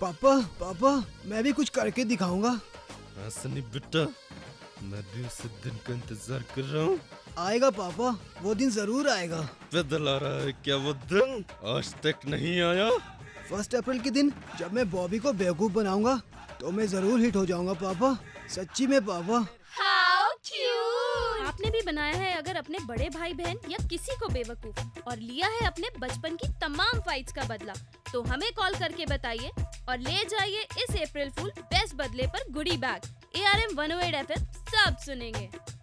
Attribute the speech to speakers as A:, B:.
A: पापा पापा मैं भी कुछ करके दिखाऊंगा
B: हाँ सनी बेटा मैं भी उस दिन का इंतजार कर रहा हूँ
A: आएगा पापा वो दिन जरूर आएगा
B: पैदल आ रहा है क्या वो दिन आज तक नहीं आया
A: फर्स्ट अप्रैल के दिन जब मैं बॉबी को बेवकूफ बनाऊंगा तो मैं जरूर हिट हो जाऊंगा पापा सच्ची में पापा
C: हाउ क्यूट
D: आपने भी बनाया है अगर अपने बड़े भाई बहन या किसी को बेवकूफ और लिया है अपने बचपन की तमाम फाइट्स का बदला तो हमें कॉल करके बताइए और ले जाइए oh इस अप्रैल फूल बेस्ट बदले पर गुडी bag A R M one सब सुनेंगे